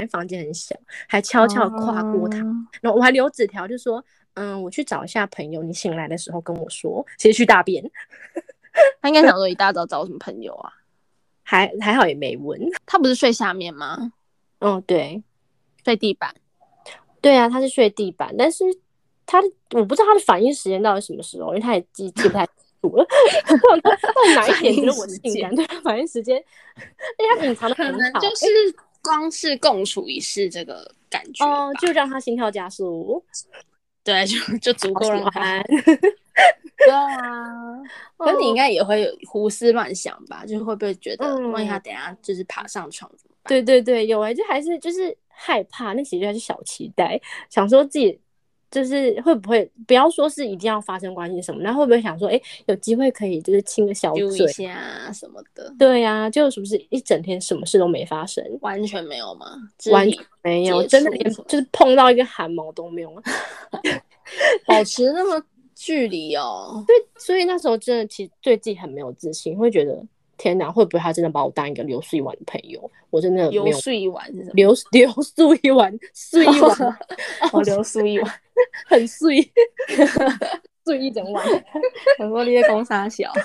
为房间很小，还悄悄跨过他。
嗯
然后我还留纸条，就说：“嗯，我去找一下朋友，你醒来的时候跟我说，其实去大便。
他应该想说一大早找什么朋友啊？
还”还好也没闻。
他不是睡下面吗？
嗯，对
睡地板。
对啊，他是睡地板，但是他的我不知道他的反应时间到底什么时候，因为他也记记不太住了。 到底哪一点觉得我性感？对，啊反应时间，因为他隐藏的
可
很
能
好，
就是光是共处一室这个感觉吧
哦，就让他心跳加速，
对，就就足够让他。
安。
对啊，可是你应
该
该也会有胡思乱想吧？就是会不会觉得，
嗯
万一他等一下就是爬上床怎么办？
对对对，有哎、就还是就是害怕，那其实还是小期待，想说自己就是会不会不要说是一定要发生关系什么，那会不会想说，哎、有机会可以就是亲个小
丢
嘴
一？下啊什么的，
对呀、啊，就是不是一整天什么事都没发生，
完全没有吗？
完
肢
全
体
没有，
接
真的
触
连
什么
就是碰到一个汗毛都没有啊。
保持那么距离哦。
所以那时候真的其实对自己很没有自信，会觉得天哪，会不会他真的把我当一个流水碗的朋友？我真的没
游
有
睡一晚是什么？
流 流素一碗，素一碗，
我流苏一晚，
很碎， 碎一整碗，
很多列公沙小。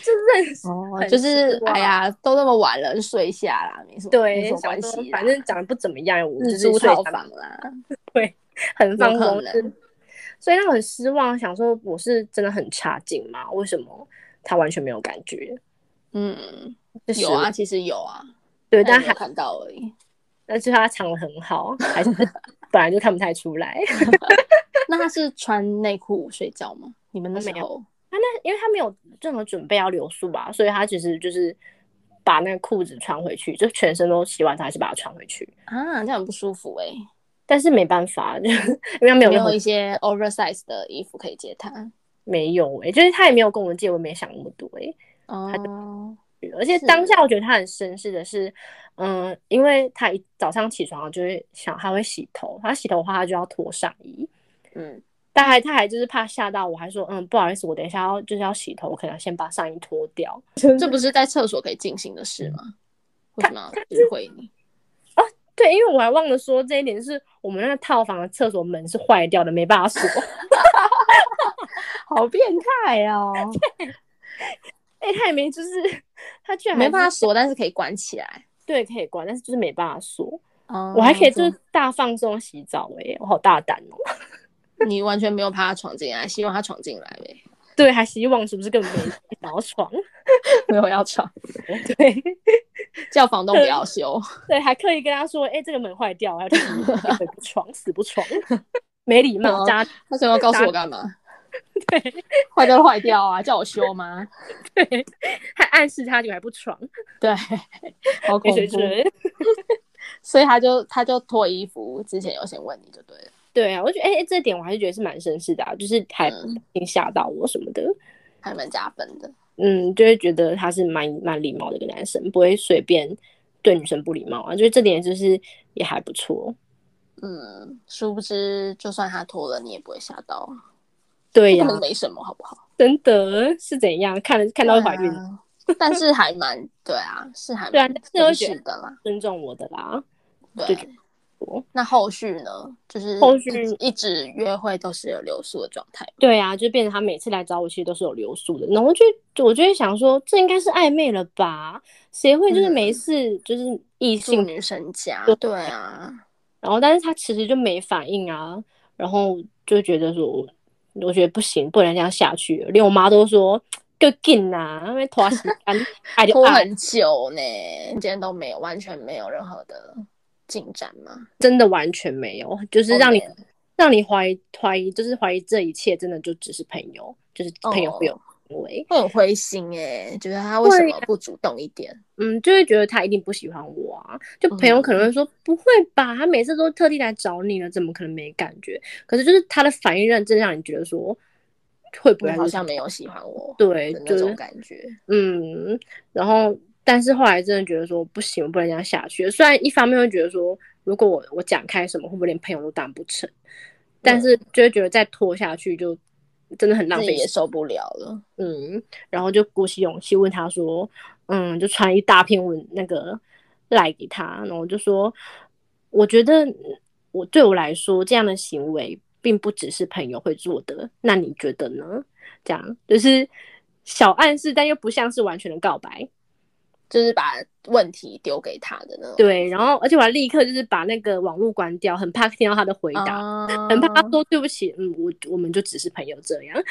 就是
哦
很
就是
失望
哎呀，都那么晚了，就睡一下啦，没什么没
对
什，么关
想说
系啦，
反正长得不怎么样，我就
日
是
租
睡
套
他
房啦。
很放
有
空
可能，
所以让我很失望，想说我是真的很差劲吗？为什么他完全没有感觉？
嗯，
就
有啊，，其实有啊，
对，
但
但
没有
还
看到而已。
但是他藏得很好，还是本来就看不太出来。
那他是穿内裤睡觉吗？你们那时
没
候
他那因为他没有任何准备要留宿吧，所以他其实就是把那个裤子穿回去，就全身都洗完，他还是把它穿回去。
啊，这样很不舒服哎、
但是没办法，就是因为他没有
没
任何
有一些 oversize 的衣服可以接他。
没有哎、就是他也没有跟我借，我没想那么多哎、
哦，
而且
是
当下我觉得他很绅士的是，嗯，因为他一早上起床就会想他会洗头，他洗头的话他就要脱上衣，
嗯，
但还他还就是怕吓到我，还说嗯不好意思，我等一下要就是要洗头，我可能要先把上衣脱掉。
这不是在厕所可以进行的事吗？为什么要知会 你？
对，因为我还忘了说这一点，是我们那套房的厕所门是坏掉的，没办法锁。
好变态哦！
哎、他也没就是他居然 还
没办法
是
锁，但是可以关起来。
对可以关，但是就是没办法锁。
哦
我还可以就是大放松洗澡哎、我好大胆哦、
你完全没有怕他闯进来，希望他闯进来呗，
对，还希望是不是根本没想 要床？
没有要闯，
对。
叫房东不要修。
对，还刻意跟他说：“哎、这个门坏掉，还要去回不床，死不床， 没礼貌，
哦
渣。
他想要告诉我干嘛？
对，
坏掉就坏掉啊，叫我修吗？
对，还暗示他你还不床，
对，好
没
恐
水
怖。
准。
所以他就他就脱衣服之前有先问你就对了，”
对啊，我觉得哎、哎这点我还是觉得是蛮绅士的、啊，就是还
嗯
挺吓到我什么的，
还蛮加分的。
嗯，就会觉得他是蛮蛮礼貌的一个男生，不会随便对女生不礼貌啊，就是这点就是也还不错。
嗯，殊不知就算他脱了，你也不会吓到，啊
对
可
呀、
能没什么，好不好？
真的是怎样看了看到会怀孕，
对啊，但是还蛮对啊，是还
对啊
蛮
但是我
真
觉得
实的啦。
尊重我的啦。就觉
对
得，我
那后续呢？就是
后续
一一直约会都是有留宿的状态。
对啊，就变成他每次来找我，其实都是有留宿的。然后就就我就会想说，这应该是暧昧了吧？谁会就是没事、就是异
住
性，
嗯女生家，对啊，
然后但是他其实就没反应啊，然后就觉得说，我我觉得不行，不能这样下去了。连我妈都说，够劲呐，因为拖时间，爱就
拖
爱，
很久呢，今天都没有，完全没有任何的进展嘛。
真的完全没有，就是让你
哦
让你怀疑怀疑，就是怀疑这一切真的就只是朋友，就是朋友会
哦
有行为。
会很灰心哎，觉得他为什
啊
么不主动一点？
嗯，就会觉得他一定不喜欢我啊。就朋友可
嗯
能会说、不会吧，他每次都特地来找你了，怎么可能没感觉？可是就是他的反应认真让你觉得说会不
你
会
好
就是
像没有喜欢我
对
的，
就
那种
是
感觉。
嗯，然后但是后来真的觉得说不行，我不能这样下去。虽然一方面会觉得说，如果我我讲开什么，会不会连朋友都当不成？但是就会觉得再拖下去就真的很浪
自
费
己
时
也受不了了，
嗯，然后就鼓起勇气问他说，嗯，就传一大篇文那个赖给他，然后我就说，我觉得我对我来说这样的行为并不只是朋友会做的，那你觉得呢？这样就是小暗示，但又不像是完全的告白，
就是把问题丢给他的那种。
对。然后而且我还立刻就是把那个网络关掉，很怕听到他的回答。
啊，
很怕他说对不起，嗯，我我们就只是朋友这 样，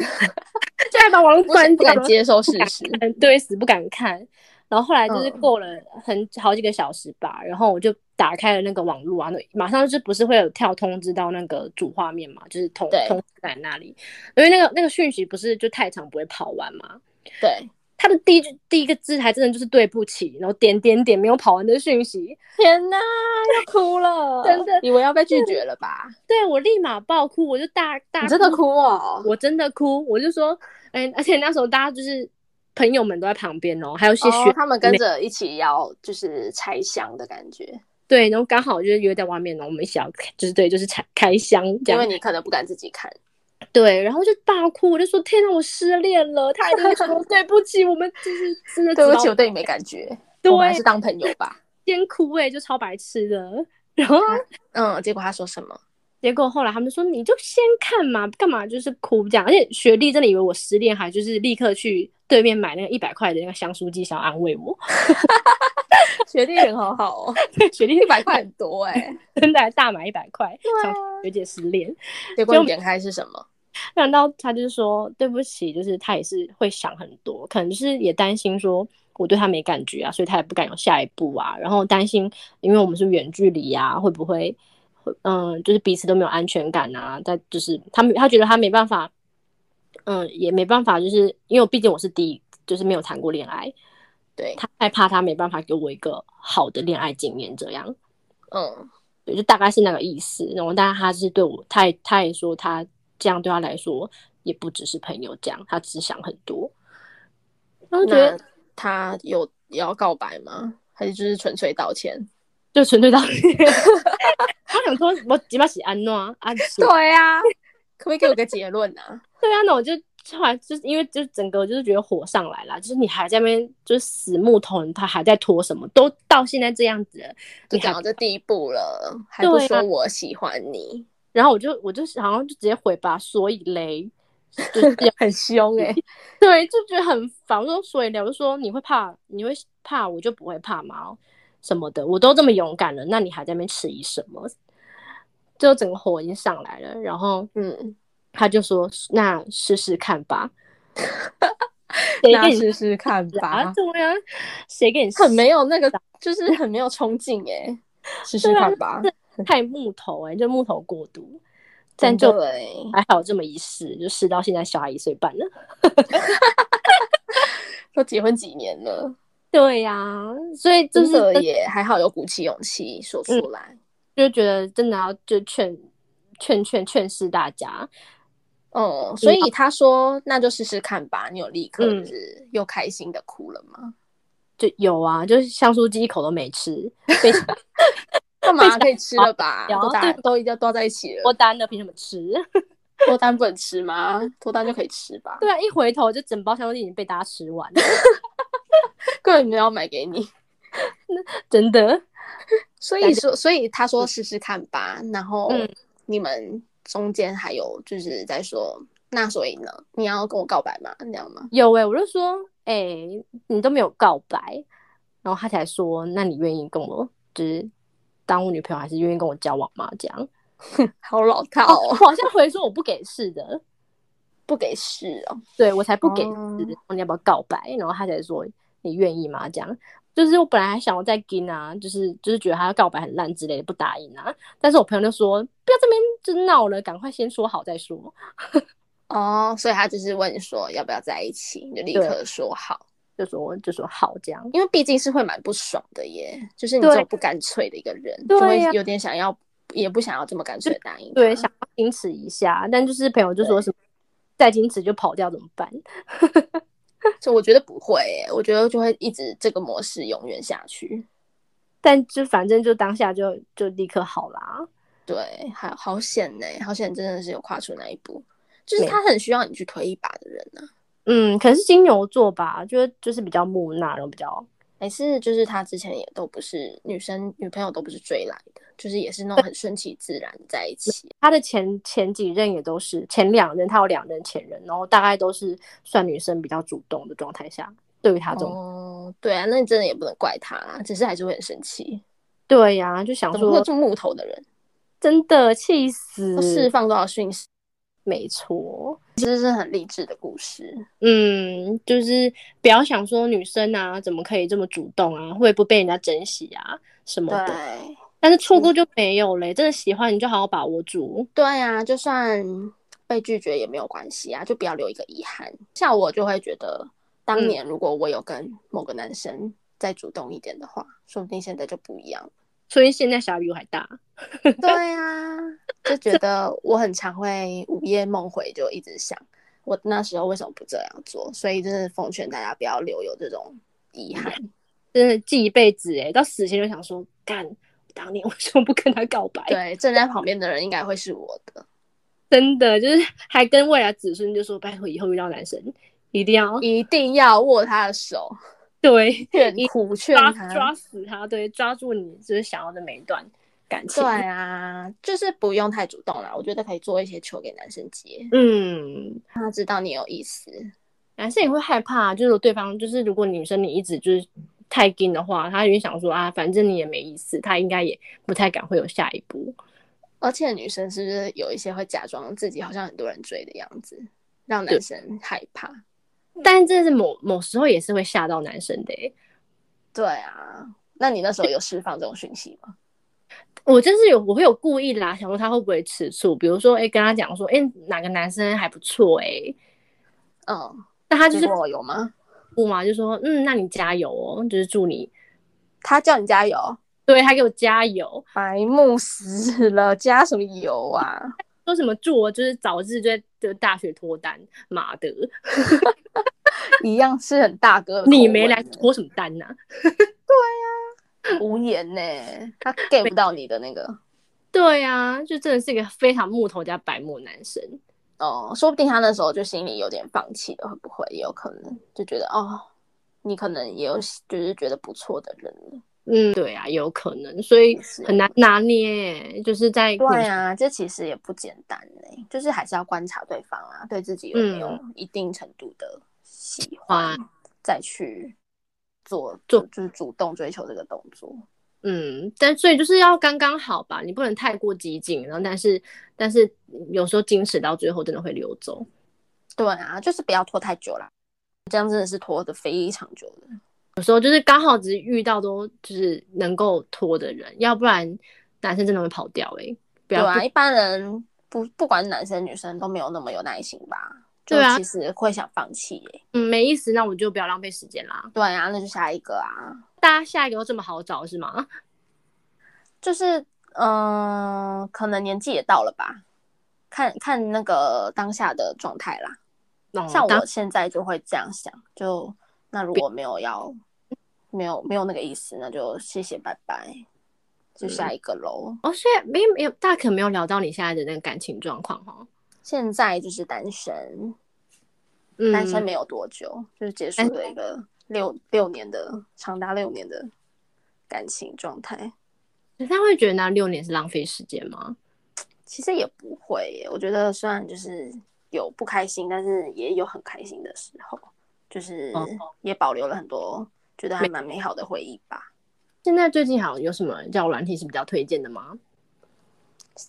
就还把网络
不是
关
不
掉
敢
了。
接受事实。
嗯，对，死不敢看。然后后来就是
嗯
过了很、好几个小时吧，然后我就打开了那个网络啊，那马上就不是会有跳通知到那个主画面嘛，就是通
对
通知在那里，因为那个那个讯息不是就太长不会跑完嘛，
对，
他的第一句第一个字还真的就是对不起，然后点点点没有跑完的讯息，
天哪，要哭 了，
真的
以为要被拒绝了吧？
对我立马爆哭，我就大大
你真的哭哦，
我真的哭，我就说，哎、而且那时候大家就是朋友们都在旁边哦，还有一些学、
哦、他们跟着一起要就是拆箱的感觉，
对，然后刚好就是约在外面，然后我们一起要开就是对，就是开开箱这
因为
样。
你可能不敢自己看，
对，然后就大哭，我就说天哪，啊我失恋了。他一定会说对不起，我们就是真的
对
知
不
道
起，我对你没感 觉，
对
我们还是当朋友吧。
先哭哎、就超白痴的。然后
嗯，结果他说什么？
结果后来他们说你就先看嘛，干嘛就是哭这样？而且学弟真的以为我失恋，还就是立刻去对面买那个一百块的那个香酥鸡，想要安慰我。
学弟人好好哦，
学弟
一百块很多哎、
真的还大买一百块，
对啊
想学姐失恋。
结果你点开是什么？
没想到他就是说对不起，就是他也是会想很多，可能就是也担心说我对他没感觉啊，所以他也不敢有下一步啊，然后担心因为我们是远距离啊，会不会，会嗯，就是彼此都没有安全感啊，但就是他没他觉得他没办法，嗯，也没办法，就是因为我毕竟我是第一，就是没有谈过恋爱，
对，
他害怕他没办法给我一个好的恋爱经验这样。
嗯，
对，就大概是那个意思。然后，但是他是对我，他也他也说他这样对他来说也不只是朋友这样，他只想很多。然后觉
那
得
他有也要告白吗？还是就是纯粹道歉？
就纯粹道歉。 我想说，我起码是安诺啊，安 对
呀、 可不可以给我个结论 啊？
对啊，那我就后来就是因为就整个就是觉得火上来了，就是你还在那边就是死木头人，他还在拖什么，都到现在这样子了，
都
你还
讲到这地步了，还不
啊对啊
说我喜欢你，
然后我就我就好像就直接回吧，所以嘞，就是
很凶
欸
哎、
对，就觉得很烦。我说所以嘞，我就说你会怕，你会怕，我就不会怕吗？什么的，我都这么勇敢了，那你还在那边迟疑什么？就整个火已经上来了，然后
嗯，
他就说：“那试试看吧。”谁
那
给你
试试看
啊
吧？。
对啊，谁给你
很没
有
有那个，就是很没有冲劲哎、试
啊
试看吧，
太木头哎、就木头过度。但就
对、
还好这么一试，就试到现在小孩一岁半了。
都结婚几年了，
对呀、所以就
真
是嗯
的也还好有鼓起勇气说出来。
就觉得真的要就劝劝劝劝示大家，
哦、所以他说那就试试看吧，你有立刻
嗯
就是又开心的哭了吗？
就有啊，就是香酥鸡一口都没吃，被
干嘛可以吃了吧？
有啊
都大
对
都一定要都在一起
脱
了，
单了，凭什么吃？
脱单不能吃吗？脱单就可以吃吧，
对啊，一回头就整包香酥鸡已经被大家吃完了，
根本没有买给你。
真的。
所
感
以说，所以他说试试看吧，然后
嗯
你们中间还有就是在说，那所以呢，你要跟我告白吗？这样吗？
有哎、我就说，哎、你都没有告白，然后他才说，那你愿意跟我就是当我女朋友，还是愿意跟我交往吗？这样，
好老套
我
哦，
好像回说我不给是的，
不给试哦。
对我才不给
哦
你，你要不要告白？然后他才说你愿意吗？这样，就是我本来还想要再跟啊，就是就是觉得他告白很烂之类的，不答应啊。但是我朋友就说不要这边就闹了，赶快先说好再说。
哦，所以他就是问你说要不要在一起，你就立刻说好，
就说就说好这样，
因为毕竟是会蛮不爽的耶，就是你
对
这种不干脆的一个人，
对
就会
呀
有点想要，也不想要这么干脆地答应他。
对，想要矜持一下，但就是朋友就说什么再矜持就跑掉怎么办？
所以我觉得不会耶，我觉得就会一直这个模式永远下去。
但就反正就当下就就立刻好啦。
对，还好险呢、好险真的是有跨出那一步，就是
对
他很需要你去推一把的人啊呢、
嗯，可能是金牛座吧，就是就是比较木讷，然后比较
还是就是他之前也都不是女生女朋友都不是追来的，就是也是那种很顺其自然在一起。
他的前前几任也都是前两任，他有两任前任，然后大概都是算女生比较主动的状态下，对于他这种，
哦，对啊，那你真的也不能怪他啦，只是还是会很生气，
对呀、就想
怎么会有
说
这么哦木头的人？
真的气死
都，释放多少讯息？
没错，
这是很励志的故事。
嗯，就是不要想说女生啊怎么可以这么主动啊，会不被人家珍惜啊什么的，
对，
但是错过就没有嘞，真的喜欢你就好好把握住，
对啊，就算被拒绝也没有关系啊，就不要留一个遗憾。像我就会觉得，当
嗯
年如果我有跟某个男生再主动一点的话，说不定现在就不一样 了。
所以现在小孩比我还大，
对啊，就觉得我很常会午夜梦回，就一直想我那时候为什么不这样做。所以真的奉劝大家不要留有这种遗憾。
真的记一辈子哎，到死前就想说干。当年为 什么不跟他告白？
对，站在旁边的人应该会是我的。
真的就是还跟未来子孙就说，拜托以后遇到男生一定要
一定要握他的 手，
对
劝苦劝
抓
他，
抓死他，对抓住你就是想要的每一段感情。
对，啊，就是不用太主动啦，我觉得可以做一些球给男生接，
嗯，
让他知道你有意思。
男生也会害怕，就是如果对方就是如果女生你一直就是太硬的话，他也想说啊，反正你也没意思，他应该也不太敢会有下一步。
而且女生是不是有一些会假装自己好像很多人追的样子，让男生害怕？嗯
但是真的是某某时候也是会吓到男生的、欸，
对啊，那你那时候有释放这种讯息吗？
我就是有，我会有故意啦，想说他会不会吃醋，比如说，哎、跟他讲说，哎、哪个男生还不错、欸，哎，
嗯，
那他就
结
是
果有吗？
不嘛，就说嗯，那你加油哦，就是祝你，
他叫你加油，
对他给我加油，
白目死了，加什么油啊？
说什么祝我就是早日就就大学脱单，妈的，
一样是很大哥的口吻呢。
你没来脱什么单呐、
无言呢、他 get 不到你的那个
对啊，就真的是一个非常木头加白目男生。
哦，说不定他那时候就心里有点放弃了，会不会也有可能就觉得哦，你可能也有就是觉得不错的人了。
嗯，对啊，有可能，所以
也是
很难拿捏，就是在女
对啊，这其实也不简单呢、就是还是要观察对方啊，对自己有没
嗯
有一定程度的喜欢，再去做
做
就是主动追求这个动作。
嗯，但所以就是要刚刚好吧，你不能太过激进，然后但是但是有时候矜持到最后真的会溜走。
对啊，就是不要拖太久啦，这样真的是拖的非常久的。
有时候就是刚好只是遇到都就是能够拖的人，要不然男生真的会跑掉哎、欸，不
对
要
啊，一般人不不管男生女生都没有那么有耐心吧？就
对啊
其实会想放弃耶、
嗯没意思，那我就不要浪费时间啦。
对啊，那就下一个啊，
大家下一个都这么好找是吗？
就是嗯、呃可能年纪也到了吧，看看那个当下的状态啦。
哦
像
当
我现在就会这样想，就那如果没有要没有没有那个意思，那就谢谢拜拜，就下一个喽。
哦，所以没没有大家可能没有聊到你现在的那个感情状况哦哈。
现在就是单身，
嗯，哎
单身没有多久，就是结束了一个六六年的长达六年的感情状态。
他会觉得那六年是浪费时间吗？
其实也不会耶，我觉得虽然就是有不开心，但是也有很开心的时候，就是
哦
也保留了很多觉得还蛮美好的回忆吧。
现在最近好像有什么叫软体是比较推荐的吗？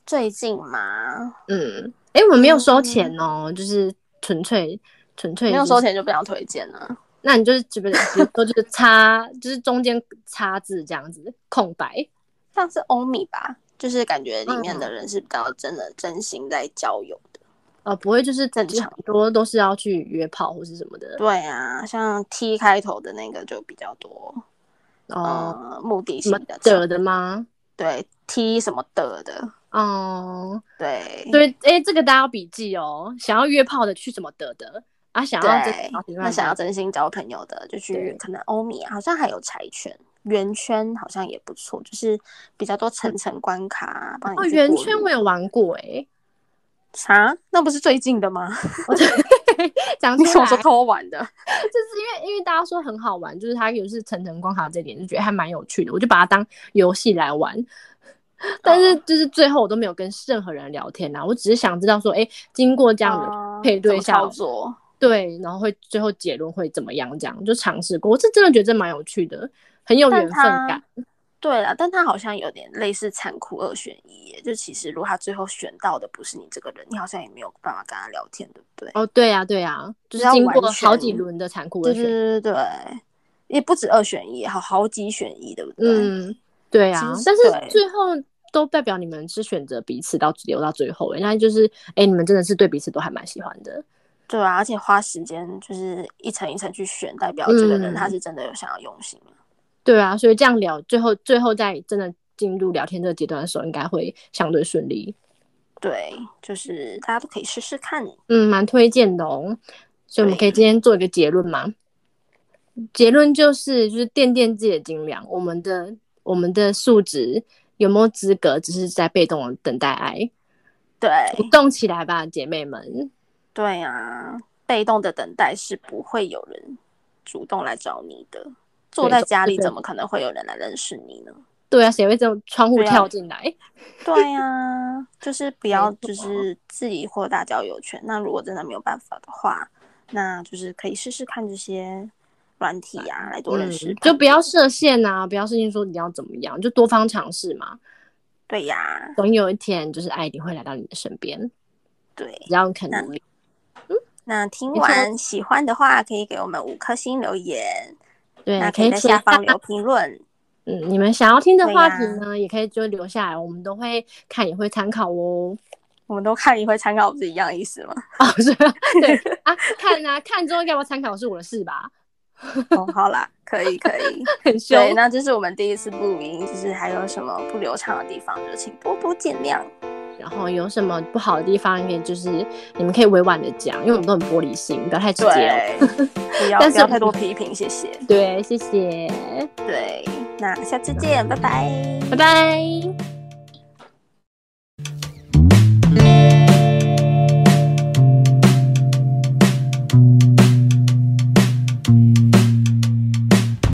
最近嘛，
嗯，哎、我们没有收钱哦，就是纯粹纯粹、
没
就是、
有收，钱就不想推荐了、
那你就是只不只是说就是插，就是中间插字这样子空白。
像是欧米吧，就是感觉里面
嗯
的人是比较真的真心在交友的。
呃，不会，就是
正
就是
常
很多都是要去约炮或是什么的
对啊，像 T 开头的那个就比较多，
哦，
呃，目的
什
性
么
比较强
的的吗？
对 T 什么的的，
哦，
对
对，哎、这个大家要笔记哦。想要约炮的去什么的的啊，想要这
对
找情，
那
况
想要
下
真心交朋友的，就去
对
可能欧米啊，好像还有柴犬。圆圈好像也不错，就是比较多层层关卡啊，帮
哦，
你去
圆
过
圈
滤
我有玩过哎、
啥？那不是最近的吗？
讲
你
出
什么
来
时候偷玩的？
就是因为因为大家说很好玩，就是它也是层层关卡这一点，就觉得还蛮有趣的，我就把它当游戏来玩。但
哦
是就是最后我都没有跟任何人聊天啦，啊我只是想知道说，哎、经过这样的
哦
配
怎
对
么
下
操作，
对，然后会最后结论会怎么样？这样就尝试过，我是真的觉得这蛮有趣的，很有
但
缘分感。
对啦，但他好像有点类似残酷二选一耶，就其实如果他最后选到的不是你这个人，你好像也没有办法跟他聊天，对不对？
哦，对呀、对呀、就是
要
经
完
过好几
全
轮的残酷
对
二
对
选，
对对对，也不止二选一，好好几选一，对不对？，
嗯，对呀、
其实
但
对
是最后都代表你们是选择彼此到留到最后、欸，那就是哎、诶你们真的是对彼此都还蛮喜欢的。
对啊，而且花时间就是一层一层去选，代表这个人
嗯
他是真的有想要用心。
对啊，所以这样聊，最后最后在真的进入聊天这个阶段的时候，应该会相对顺利。
对，就是大家都可以试试看。
嗯，蛮推荐的哦。所以我们
对
可以今天做一个结论吗？结论就是，就是垫垫自己的斤两，我们的我们的素质有没有资格，只是在被动的等待爱，
对
动起来吧，姐妹们。
对啊，被动的等待是不会有人主动来找你的。坐
对
在
总
家
是
里
这
怎么可能会有人来认识你呢？
对啊，谁会从窗户
对啊
跳进来？
对呀、就是不要就
没错
是自己扩大交友圈。那如果真的没有办法的话，那就是可以试试看这些软体呀、来多认识、
嗯，就不要设限啊，不要设限说你要怎么样，就多方尝试嘛。
对呀、
总有一天，就是爱一定会来到你的身边，
对。
只要你肯努力。
那听
没错
完喜欢的话，可以给我们五颗星留言，
对
那，
可
可
以
以在
写
下
下
方留评论。
嗯，你们想要听的
对
话
呀
题呢，也可以就留下来，我们都会看，也会参考哦。
我们都看你会参考，不是一样意思吗？
哦，是啊，对啊，看啊，看之后要不要参考是我的事吧，
哦，好啦，可以可 以。
很凶。
对，那这是我们第一次录音，就是还有什么不流畅的地方，就请多多见谅。
然后有什么不好的地方，也就是你们可以委婉的讲，因为我们都很玻璃心，不要太直接哦。
对， 不要
但是
不要太多批评，谢谢。
对，谢谢，
对，那下次见，拜拜。
拜拜。